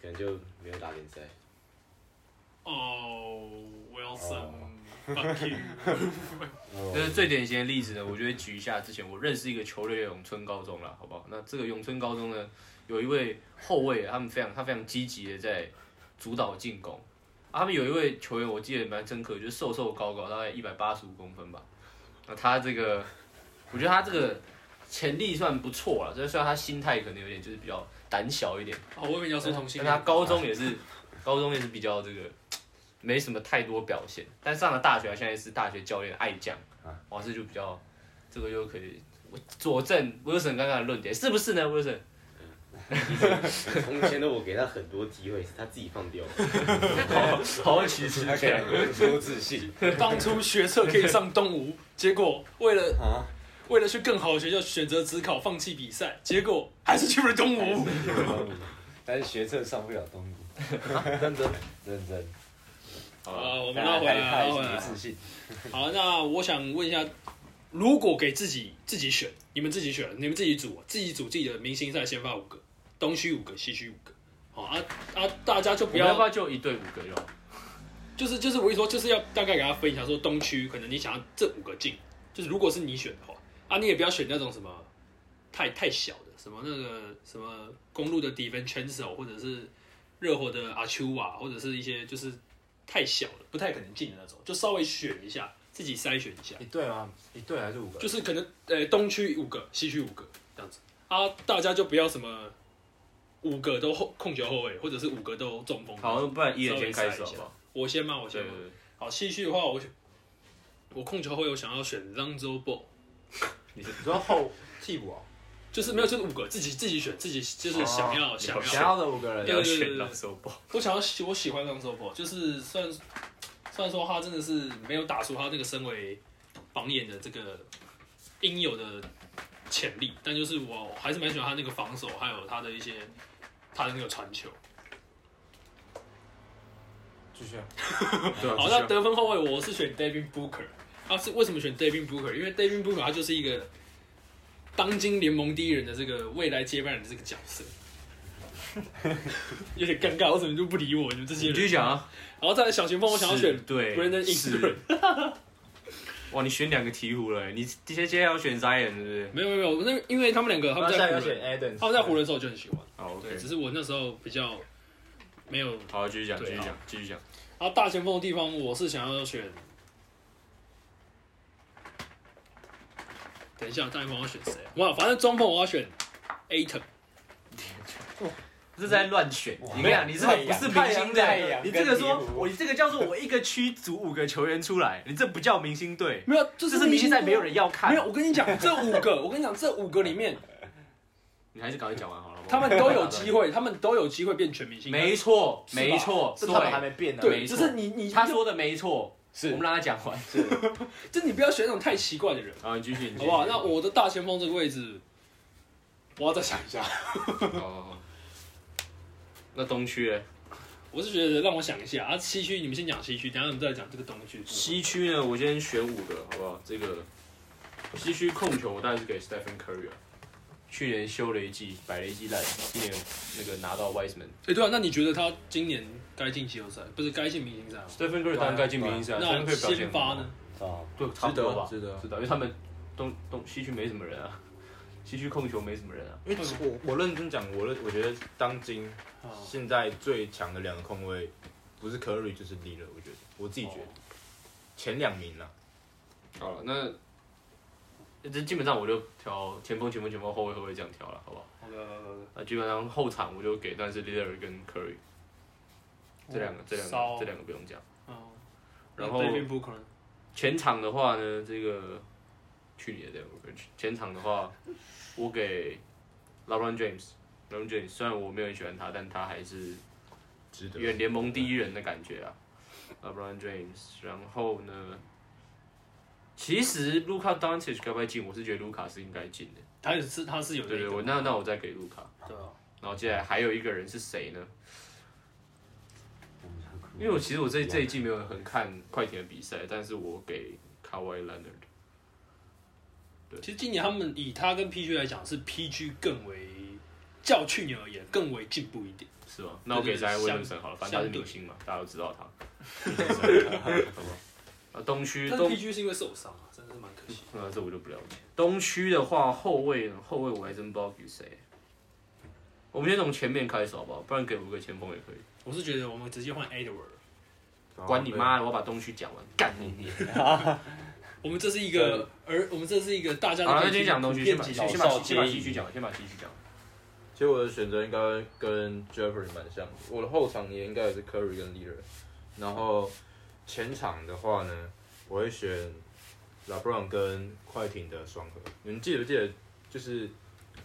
可能就没有打联赛。
哦
哦
，Wilson，fuck you。
就是最典型的例子呢，我觉得举一下之前我认识一个球队的永春高中啦，好不好？那这个永春高中呢，有一位后卫，啊他们非常他非常积极的在主导进攻。啊他们有一位球员，我记得蛮深刻，就是瘦瘦高高，大概一百八十五公分吧。那他这个，我觉得他这个潜力算不错了，虽然他心态可能有点就是比较胆小一点。
哦，我以为你要说同性
但他
恋。
高中也是，高中也是比较这个没什么太多表现，但上了大学，啊现在是大学教练爱将，哇，这就比较这个就可以佐证 Wilson 刚刚的论点，是不是呢，Wilson？
从前的我给他很多机会，是他自己放掉了。
好奇是这 样，
多自信
当初学测可以上东吴，结果为了
啊！
为了去更好的学校选择只考，放弃比赛，结果还是去了东吴。
但是学测上不了东吴，
啊认真，
认真。
好了，我
我
们拉回来，
他
拉
也
回
是没
来。
自信。
好，那我想问一下，如果给自己自己选，你们自己选，你们自己组，自己组自己的明星赛先发五个，东区五个，西区五个，好啊啊，大家就
我
不
们要
要
不要就一队五个就好？
就是就是我跟你说，就是要大概给他分一下，说东区可能你想要这五个进，就是如果是你选的话，啊，你也不要选那种什么太太小的，什么那个什么公路的 d i v e n c e n z o 或者是热火的阿丘瓦，或者是一些就是太小了，不太可能进的那种，就稍微选一下，自己筛选一下，
一队吗？一队还是五个？
就是可能呃东区五个，西区五个这样子啊，大家就不要什么五个都后控球后卫，或者是五个都中锋。
好，不然一人
稍微
先开
猜
始
一
好
下
不好？
我先吗？我先
对
吗
对？对，
好，西区的话，我选我控球会有想要选 Lonzo Ball，
你说后替补哦，
就是没有就是五个自己自己选自己就是想要、想要，
想要的五个人啊
不要
对对对
选
对
到
对
手包。
我想要喜我喜欢 Lonzo Ball，就是虽然虽然说他真的是没有打出他这个身为榜眼的这个应有的潜力，但就是我还是蛮喜欢他那个防守，还有他的一些他的那个传球。
继续啊。
对啊
好，那得分后卫我是选 David Booker。啊，是为什么选 David Booker？因为 David Booker 他就是一个当今联盟第一人的这个未来接班人的这个角 色，有点尴尬，为什么就不理我？你们这些
你继
人。
续讲啊。
然后再来小前锋，我想要选
是对
Brandon
是
Ingram。
哇，你选两个鹈鹕了，欸你接接下来要选 Zion 对不对？
没有没有没有，那因为他们两个他
那
啊
们
下一
在
个
湖
选
人，
Adam，
他们在湖人的时候我就很喜欢，
好，OK
对，。只是我那时候比较没有
好，继续讲，继
对
续
好
讲，继续讲。
然啊后大前锋的地方，我是想要选。等一下，大前锋我要选谁啊？哇，反正中锋我要选 Aton。
这是在乱选。
哇
你看，你这个不是明
太
星
阳太
队，
阳
你这个
跟
说
鹈鹕
我你这个叫做我一个区组五个球员出来，你这不叫明星队，
没有，就
这
是
是明星赛没有
人
人要看。
没有，，我跟你讲，这五个，我跟你讲，这五个里 面，
你还是赶快讲完好了。
他们都有机。会，他们都有机会变全明星。
没错，
是吧
没错，
这他们还
对，
没变呢。
对，
没
就
错
是你你
他，说的没错，
是
我们让他讲完。
就你不要选那种太奇怪的人，
好，你继续，你继续
好不好？那我的大前锋这个位置，我要再想一下。
好好好那东区嘞？
我是觉得让我想一下啊，西区你们先讲西区，等一下我们再来讲这个东区。
西区呢，我先选五个，好不好？这个西区控球，我当然是给 Stephen Curry 啊。去年修了一季，摆了一季烂，今年那个拿到 Wiseman。
哎，对啊，那你觉得他今年该进季后赛，不是该进明星赛吗？
Stephen Curry 当然该进明星赛，
那
Stephen Curry 表现
先
很
发
好
呢？？
啊，
对，差不多吧，
值得
值得，因为他们东东西区没什么人啊，西区控球没什么人啊。
因为我我认真讲，我认我觉得当今
哦
现在最强的两个控卫，不是 Curry 就是 l e l 我觉得我自己
哦
觉得前两名啊了。
好了，那这基本上我就挑前锋、前锋、前锋、后卫、后卫这样挑了，好不好？
好的，好的好的
那基本上后场我就给，但是 Lillard 跟 Curry 这两个、这两
哦骚
个、这两个不用讲。
哦，
然后
David Booker 呢
前场的话呢，这个去年的我跟前场的话，我给 LeBron James，LeBron James 虽然我没有很喜欢他，但他还是
值得。
远联盟第一人的感觉啊，LeBron James。然后呢，其实 Luka Doncic 该不该进，我是觉得 Luka 是应该进的。
他也是他是有
对
这
对，
个
我那那我再给 Luka。
对啊，
然后接下来还有一个人是谁呢？因为我其实我这这一季没有很看快艇的比赛，但是我给 Kawhi Leonard。
其实今年他们以他跟 PG 来讲，是 PG 更为较去年而言更为进步一点。
是吗？那我给宅威
相
廉森好了，反正他是
相对
明星嘛，大家都知道他。 好吧啊，东区
但是
东
PG 是因为受伤啊，真的是蛮可惜。
啊，这我就不了解。东区的话，后卫呢？后卫我还真不知道给谁。我们先从前面开始好不好？不然给五个前锋也可以。
我是觉得我们直接换 Edward，
哦
管你妈的，我要把东区讲完，嗯干你娘！
我们这是一个，而我们这是一个大家
好了，那
的
先讲东区，先把
普
先
遍级
先
的
把西先把西区讲完，先把西区讲完。
其实我的选择应该跟 Jeffrey 蛮像的，我的后场也应该也是 Curry 跟 l e a d e r 然后前场的话呢，我会选 LeBron 跟快艇的双核。你们记不记得？就是，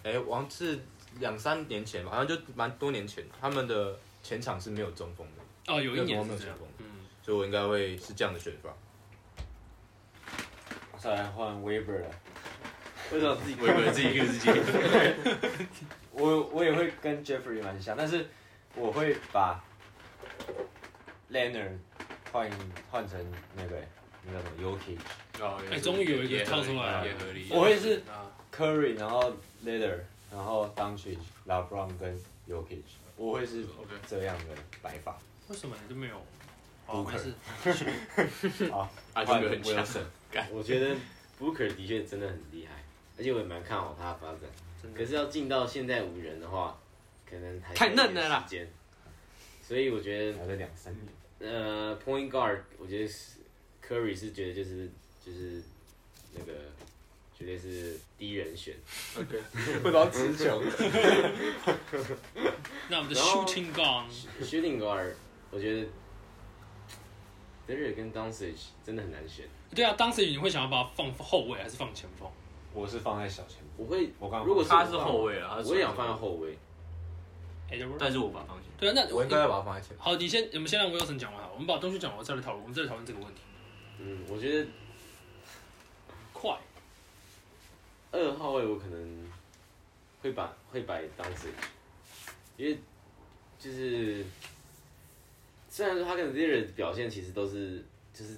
哎、好王是两三年前吧，好像就蛮多年前，他们的前场是没有中锋的，
哦，有一年
没有
是这
前
样
锋，，
嗯，
所以我应该会是这样的选法。
再来换 Weber 了。
为什么自己
我以为自己一个自己。
我我也会跟 Jeffrey 蛮像，但是我会把 Leonard 换换成那个那个什么 Yuki
哦
哎终于有一个
也合理
跳出来了
也合理。
我会是
啊，
Curry，然后 Leonard，然后 d o n c i LeBron 跟 Yuki。
我会是
OK，
这样的摆法。
为什么你就没有？哦，
Booker
没事，
啊，就没有很强。
Wilson
我觉得 Booker 的确真的很厉害，而且我也蛮看好他的发展。
真的
可是要进到现在无人的话，可能还
太嫩了啦
时间。所以我觉得，
还在两三年，
呃，Point Guard，我觉得是 Curry 是觉得就是就是那个绝对是第一人选。
OK，
不到持久。
那我们的
然后
shooting gun
Shooting Guard，我觉得 d e r r 跟 d o n c e 真的很难选。
对啊，当时你会想要把它放后卫还是放前锋？
我是放在小前锋，
我会，
我刚
如果是
他是后卫啊，他是
我也想放在，后卫。
哎，对不对
但是我把他放心。
对啊，那
我应该要把它放在前面。
好，你先，我们先让 Wilson 讲完好了，我们把东西讲完再来讨论，我们再来讨论这个问题。
嗯，我觉得
快，
二号位我可能会把会摆 d o n c e 因为就是虽然说他跟 d e r r 表现其实都是就是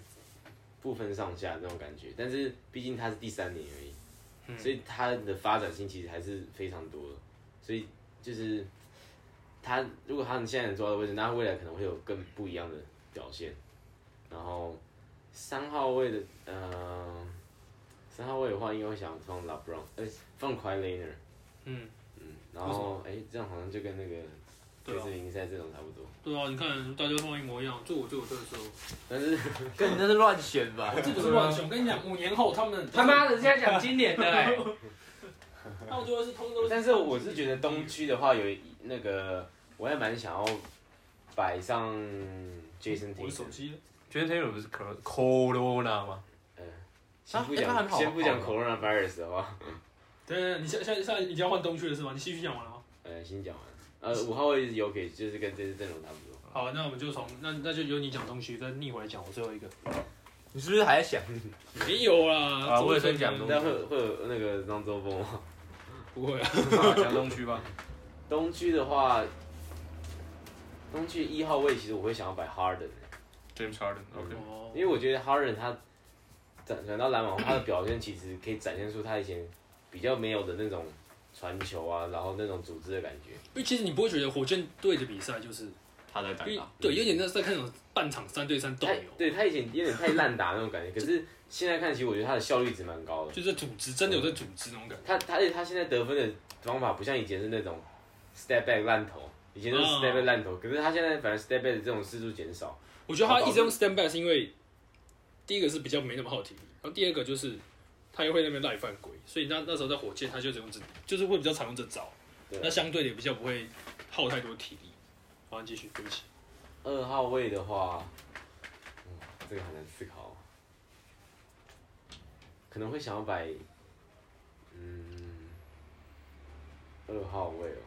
不分上下那种感觉，但是毕竟他是第三年而已。
嗯
所以他的发展性其实还是非常多的，所以就是他如果他们现在能做到的位置，那他未来可能会有更不一样的表现。然后三号位的呃，三号位的话，应该会想放 LeBron，呃，放 q u i l a n e r
嗯，
嗯，然后哎，这样好像就跟那个
对
这
啊
次联赛这种差不多，
对啊，你看大家放一模一样，做我做我对的时候，
但是
跟你那是乱选吧？
这不是乱选。我跟你讲，五年后他 们
他妈的，现在讲今年的 哎，
澳洲是通都是，
但是我是觉得东区的话有一那个，我还蛮想要摆上 Jason
我的手
Tatum。
机了，
今天 Taylor 不是 Cor- Corona 吗？
先不讲、
啊那很好
先不讲
好
coronavirus 的话，
对对，对你现现在现在已经要换东区了是吗？你继续讲完了吗？
呃，先讲完。呃，五号位有给，就是跟这次阵容差不多。
好，那我们就从那那就由你讲东区，再逆回来讲我最后一个。
你是不是还在想？
没有啦，
啊我也在
在
嗯
讲东区
但会会有那个张周峰吗？
不会啊，
讲东区吧。
东区的话，东区一号位其实我会想要摆 Harden，
James Harden，OK，、
哦
因为我觉得 Harden 他转转到篮网，他的表现其实可以展现出他以前比较没有的那种传球啊，然后那种组织的感觉。
因为其实你不会觉得火箭队的比赛就是，
他在打
因为
打。
对，有点像在看那种半场哎三对三斗
他
牛，
对他以前有点太烂打那 种感觉，可是现在看，其实我觉得他的效率值蛮高的。
就是在组织，真的有在组织那种感觉。
他他而且他现在得分的方法不像以前是那种 step back 烂投，以前都是
嗯
step back 烂投，可是他现在反而 step back 的这种次数减少。
我觉得他一直用 stand back 是因为，第一个是比较没那么好体力，然后第二个就是他又会那边赖犯规，所以那那时候在火箭他就只用这，就是会比较常用这招，
对
那相对的也比较不会耗太多体力。好，你继续，对不起。
二号位的话，嗯，这个很难思考，可能会想要摆，嗯，二号位哦。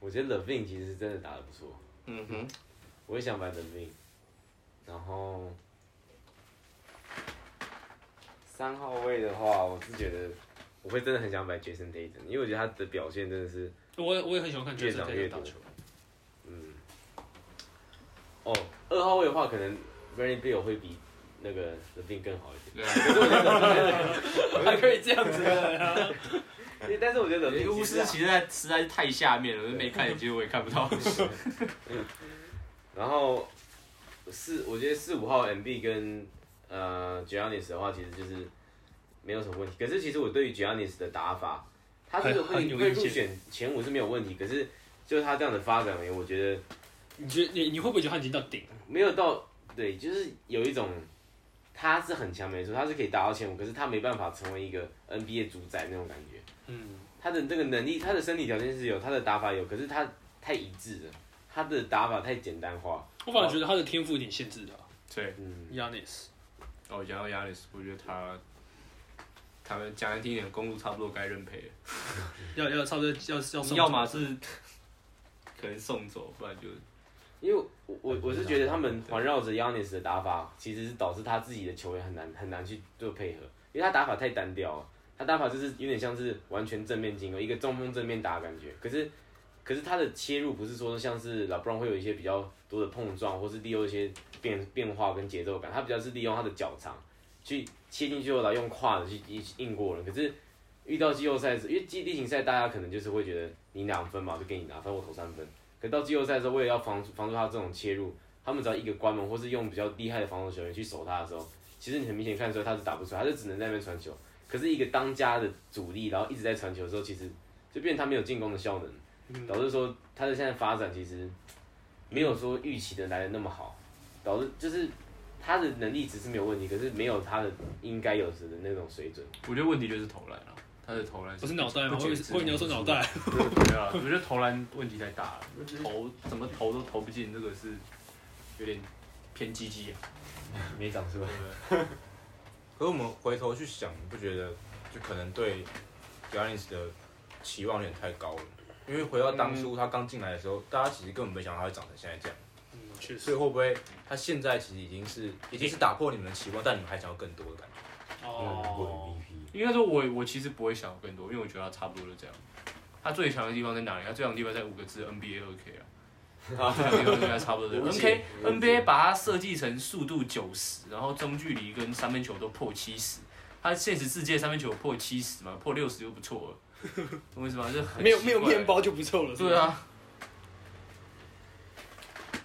我觉得 Levin 其实真的打得不错，
嗯哼，
我也想摆 Levin，然后三号位的话，我是觉得我会真的很想摆 Jason Tatum，因为我觉得他的表现真的是，
我也我也很喜欢看
越
Jason
长
Tatum
越
打
多
球，
嗯，哦，二号位的话，可能 r a n d y Bill 会比那个 Levin 更好一
对
啊 还可以这样子。
点，因为但是我觉得
啊，巫
Levin
师其
其实
实在实在是太下面了，没看，其实我也看不到。
嗯然后四，我觉得四五号 MB 跟呃 Giannis 的话，其实就是没有什么问题。可是其实我对于 Giannis 的打法，他这个
很
会
很有
会
意见
入选前五是没有问题，可是就是他这样的发展而言，我觉得
你觉得你你会不会觉得他已经到顶？
没有到对，就是有一种他是很强没错，他是可以打到前五，可是他没办法成为一个 NBA 主宰那种感觉。
嗯，
他的这个能力，他的身体条件是有，他的打法有，可是他太一致了，他的打法太简单化。
我反而觉得他的啊天赋有点限制他。
对，
嗯，
Yanis，
哦，讲到亚历斯，我觉得他，他们讲难听一点，公路差不多该认赔了。
嗯要要差不多要要送
要么是可能送走，不然就
因为我我我是觉得他们环绕着 Yanis 的打法，其实是导致他自己的球员很难很难去做配合，因为他打法太单调了。他打法就是有点像是完全正面进攻，一个中锋正面打的感觉。可是，可是他的切入不是说像是 LeBron 会有一些比较多的碰撞，或是利用一些变变化跟节奏感，他比较是利用他的脚长去切进去后，然后用胯的去硬硬过人。可是遇到季后赛时，因为季例行赛大家可能就是会觉得你两分嘛，就给你拿，反正我投三分。可到季后赛的时候，为了要防防住他这种切入，他们只要一个关门，或是用比较厉害的防守球员去守他的时候，其实你很明显看出来他是打不出来，他就只能在那边传球。可是一个当家的主力，然后一直在传球的时候，其实就变成他没有进攻的效
嗯
能，导致说他的现在发展其实没有说预期的来的那么好，导致就是他的能力值是没有问题，可是没有他的应该有时的那种水准。
我觉得问题就是投篮了，他的投篮
不是脑袋吗？
不
我以
解
为
释
我以为你要说脑袋，
对啊，我觉得投篮问题太大了，
投怎么投都投不进，这个是有点偏鸡鸡啊。
没长出来。
可是我们回头去想，你不觉得就可能对 Yanis 的期望有点太高了？因为回到当初他刚进来的时候，大家其实根本没想到他会长成现在这样，
嗯，确
所以
实。
会不会他现在其实已经是已经是打破你们的期望，但你们还想要更多的感觉？
哦，
应该说我，我其实不会想更多，因为我觉得他差不多就这样。他最强的地方在哪里？他最强的地方在五个字：NBA 二 K 啊。他最强的地方应该差不多这样。
无
N
解
K N B A 把它设计成速度九十，然后中距离跟三分球都破七十。他现实世界三分球破七十嘛，破六十就不错了，懂我意思吗？这很
没有没有
奇怪
面。包就不错了。是吧
对，啊，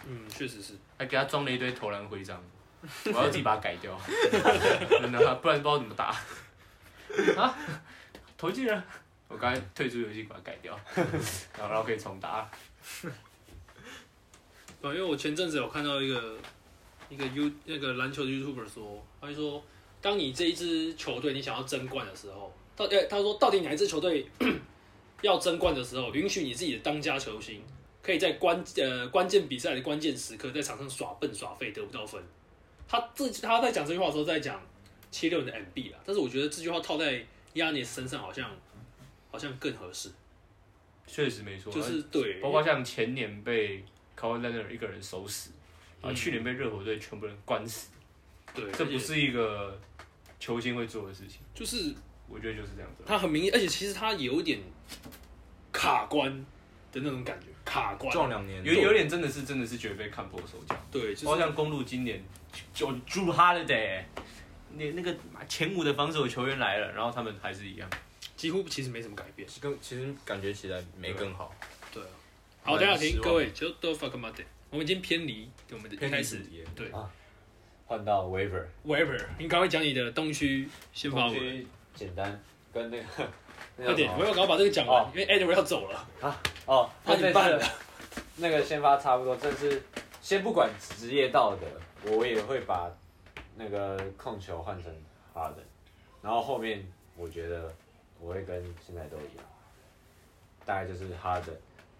嗯，确实是。
还给他装了一堆投篮徽章，我要自己把它改掉，真的，不然不知道怎么打。啊，投进了！我刚才退出游戏，把它改掉，然后然后可以重打。
对，因为我前阵子有看到一个一个 U 那个篮球的 YouTuber 说，他就说，当你这一支球队你想要争冠的时候，到呃他说到底哪一支球队 要争冠的时候，允许你自己的当家球星可以在关呃关键比赛的关键时刻在场上耍笨耍废得不到分。他这他在讲这句话的时候在讲七六人的 MB 啦，但是我觉得这句话套在亚尼斯身上好像好像更合适，
确实没错，
就是对，
啊包括像前年被 k a w h Leonard 一个人守死，啊，
嗯
去年被热火队全部人关死，
对，
这
而且
不是一个球星会做的事情。
就是
我觉得就是这样子。
他很明显，而且其实他有一点卡关的那种感觉，卡关。
撞两年，
有有点真的是真的是觉得被看破手脚，
对，就
包括
是
像公路今年就 d r e Holiday，那那个前五的防守球员来了，然后他们还是一样。
几乎其实没什么改变。
更其实感觉起来没更好，
对啊，好，
蛮
等一下
失
停，
望
各位就都 fuck my day，我们已经偏离我们的一
偏
开
离
始
主。题了。
对
换到 Waiver，
，whatever，你赶快讲你的东区先发
东
文，
区简单跟那个那
快
叫什
点，我
么
要赶快把这个讲完
哦，
因为 Edward 要走了，
哦，
八
跟那
点啊半
次
了。
那个先发差不多，但是先不管职业道德，我也会把那个控球换成哈登，然后后面我觉得我会跟现在都一样，大概就是哈登，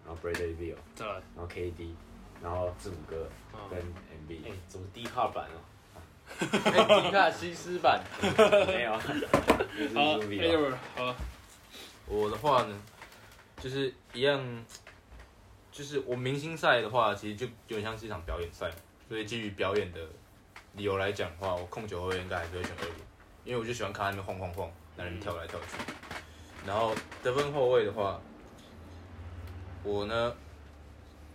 然后 Bradley Beal，
再来，
然后 KD，然后字母哥跟
嗯，
MB，、
哎、怎么低卡版哦、
迪卡西斯版没 有，啊就是啊
好
啊
Ruby 吧
，Edward，好，
我的话呢，就是一样，就是我明星赛的话，其实就有点像是一场表演赛，所以基于表演的理由来讲的话，我控球后卫应该还是会选二五，因为我就喜欢看他们晃晃晃，男人跳来跳去。然后得分后卫的话，我呢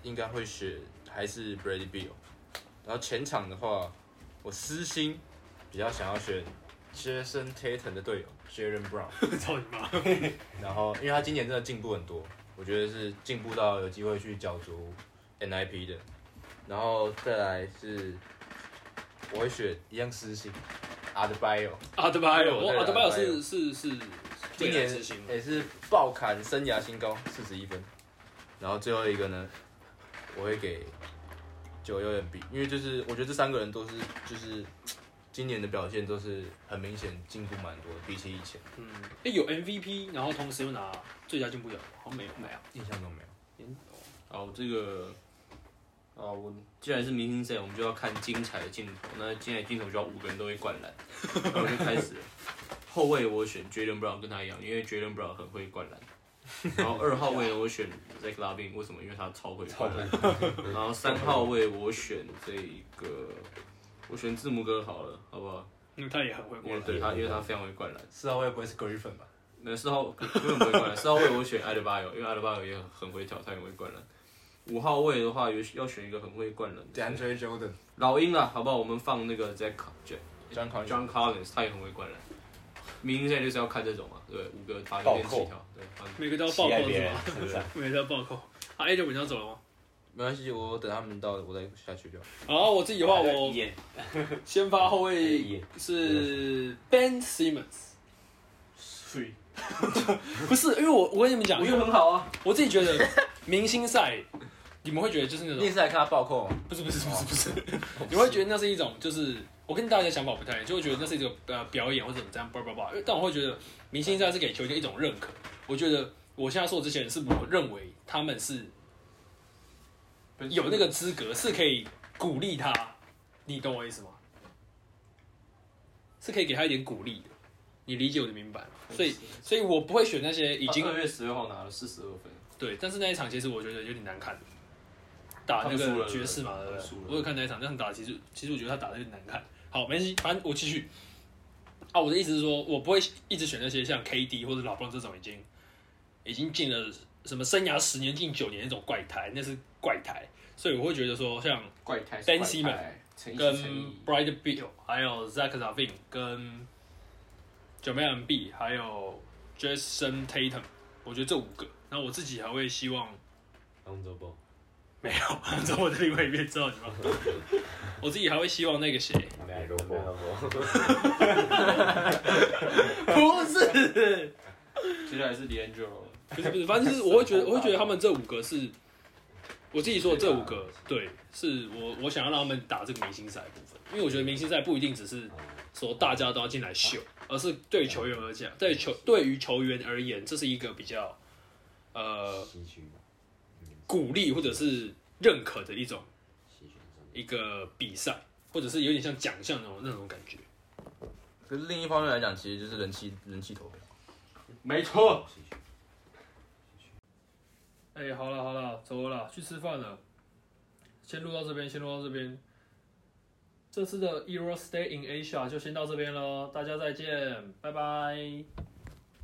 应该会选还是 Brady Beal，然后前场的话，我私心比较想要选 Jason Tatum 的队友 Jalen Brown。
操你妈！
然后，因为他今年真的进步很多，我觉得是进步到有机会去角逐 NIP 的。然后再来是，我会选一样私信 a d b i o
阿德巴约尔，
对
我
对
阿德巴约尔
阿德巴约
哦是
尔
是是
今
未来
年
之星
也是爆砍生涯新高，四十一分。然后最后一个呢，我会给九有点比，因为就是我觉得这三个人都是就是今年的表现都是很明显进步蛮多的，比起以前
嗯，哎有 MVP，然后同时又拿最佳进步奖，好像没有没有，
印象中没有。
好，哦这个，啊，我既然是明星赛，我们就要看精彩的镜头。那精彩的镜头就要五个人都会灌篮，那我就开始了。后卫我选 Jalen Brown，跟他一样，因为 Jalen Brown 很会灌篮。然后二号位呢，我选 Zach Lavin，为什么？因为他超会灌篮。然后三号位我选这一个，我选字母哥好了，好不好？
因嗯为他也很会过
我
来。
对他，因为他非常会灌篮。
四号位不会是 Griffin 吧？
那四号根本不会灌篮，四号位我选艾德巴友，因为艾德巴友也很会跳，他也会灌篮。五号位的话，有要选一个很会灌篮的，
，DeAndre Jordan。
老鹰啊，好不好？我们放那个 Jack Jack
John Collins
John Collins，他也很会灌篮。
明星赛就是要看这种嘛，对，五个罚球线
暴扣
起跳，对，反正
每个都要
期
暴
待
扣
别
是
人
吗？
身上。
每个都要暴扣。啊，A 九你要走了吗？
没关系，我等他们到，我再下去就 好。
好，我自
哎
己的话，我
演
先发后卫
演
是 Ben Simmons，
水，
不是因为我我跟你们讲，因为
很好啊，
我自己觉得明星赛，你们会觉得就是那
你
种
也是来看他暴扣吗？
不是不是不是不是， 你会觉得那是一种就是我跟大家想法不太一样，就会觉得那是一个呃表演或者怎么样叭叭叭，因为但我会觉得明星赛是给球队一种认可，我觉得我现在说的这些人是我认为他们是有那个资格是可以鼓励他，你懂我意思吗？是可以给他一点鼓励的，你理解我的明白吗？所以，所以我不会选那些已
已
经
经二月十六号拿了四十二分，
对，但是那一场其实我觉得有点难看，打那
他们输
个
了
爵士嘛，对不
他们
对
输了？
我有看那一场，那场打其实其实我觉得他打的有点难看。好，没关系，反正我继续。啊，我的意思是说，我不会一直选那些像 KD 或者老布朗这种已经已经进了什么生涯十年进九年那种怪胎，那是怪胎。所以我会觉得说，像
怪胎是
Ben
怪
Simmons
胎，陈奕
跟
迅陈奕
Bright Bill，还有 Zach Lavin，跟 Jamal m b 还有 Jason Tatum，我觉得这五个。然后我自己还会希望
当周报，
没有， 走我的另外一边，知道你吗？我自己还会希望那个谁，
麦克风，
不是，
接下来是 d a n g e l
不是不是，反正就是我会觉得，我会觉得他们这五个是，我自己说的这五个，对，是我我想要让他们打这个明星赛的部分，因为我觉得明星赛不一定只是说大家都要进来秀，而是对球员而讲，对球对于球员而言，这是一个比较呃
西区吧，
嗯
鼓励或者是认可的一种
西区上
一个比赛，或者是有点像奖项那种那种感觉。
可是另一方面来讲，其实就是人气人气投票。
没错，
哎、好了好了，走了啦，去吃饭了。先录到这边，先录到这边。这次的 Euro Stay in Asia 就先到这边喽，大家再见，拜拜。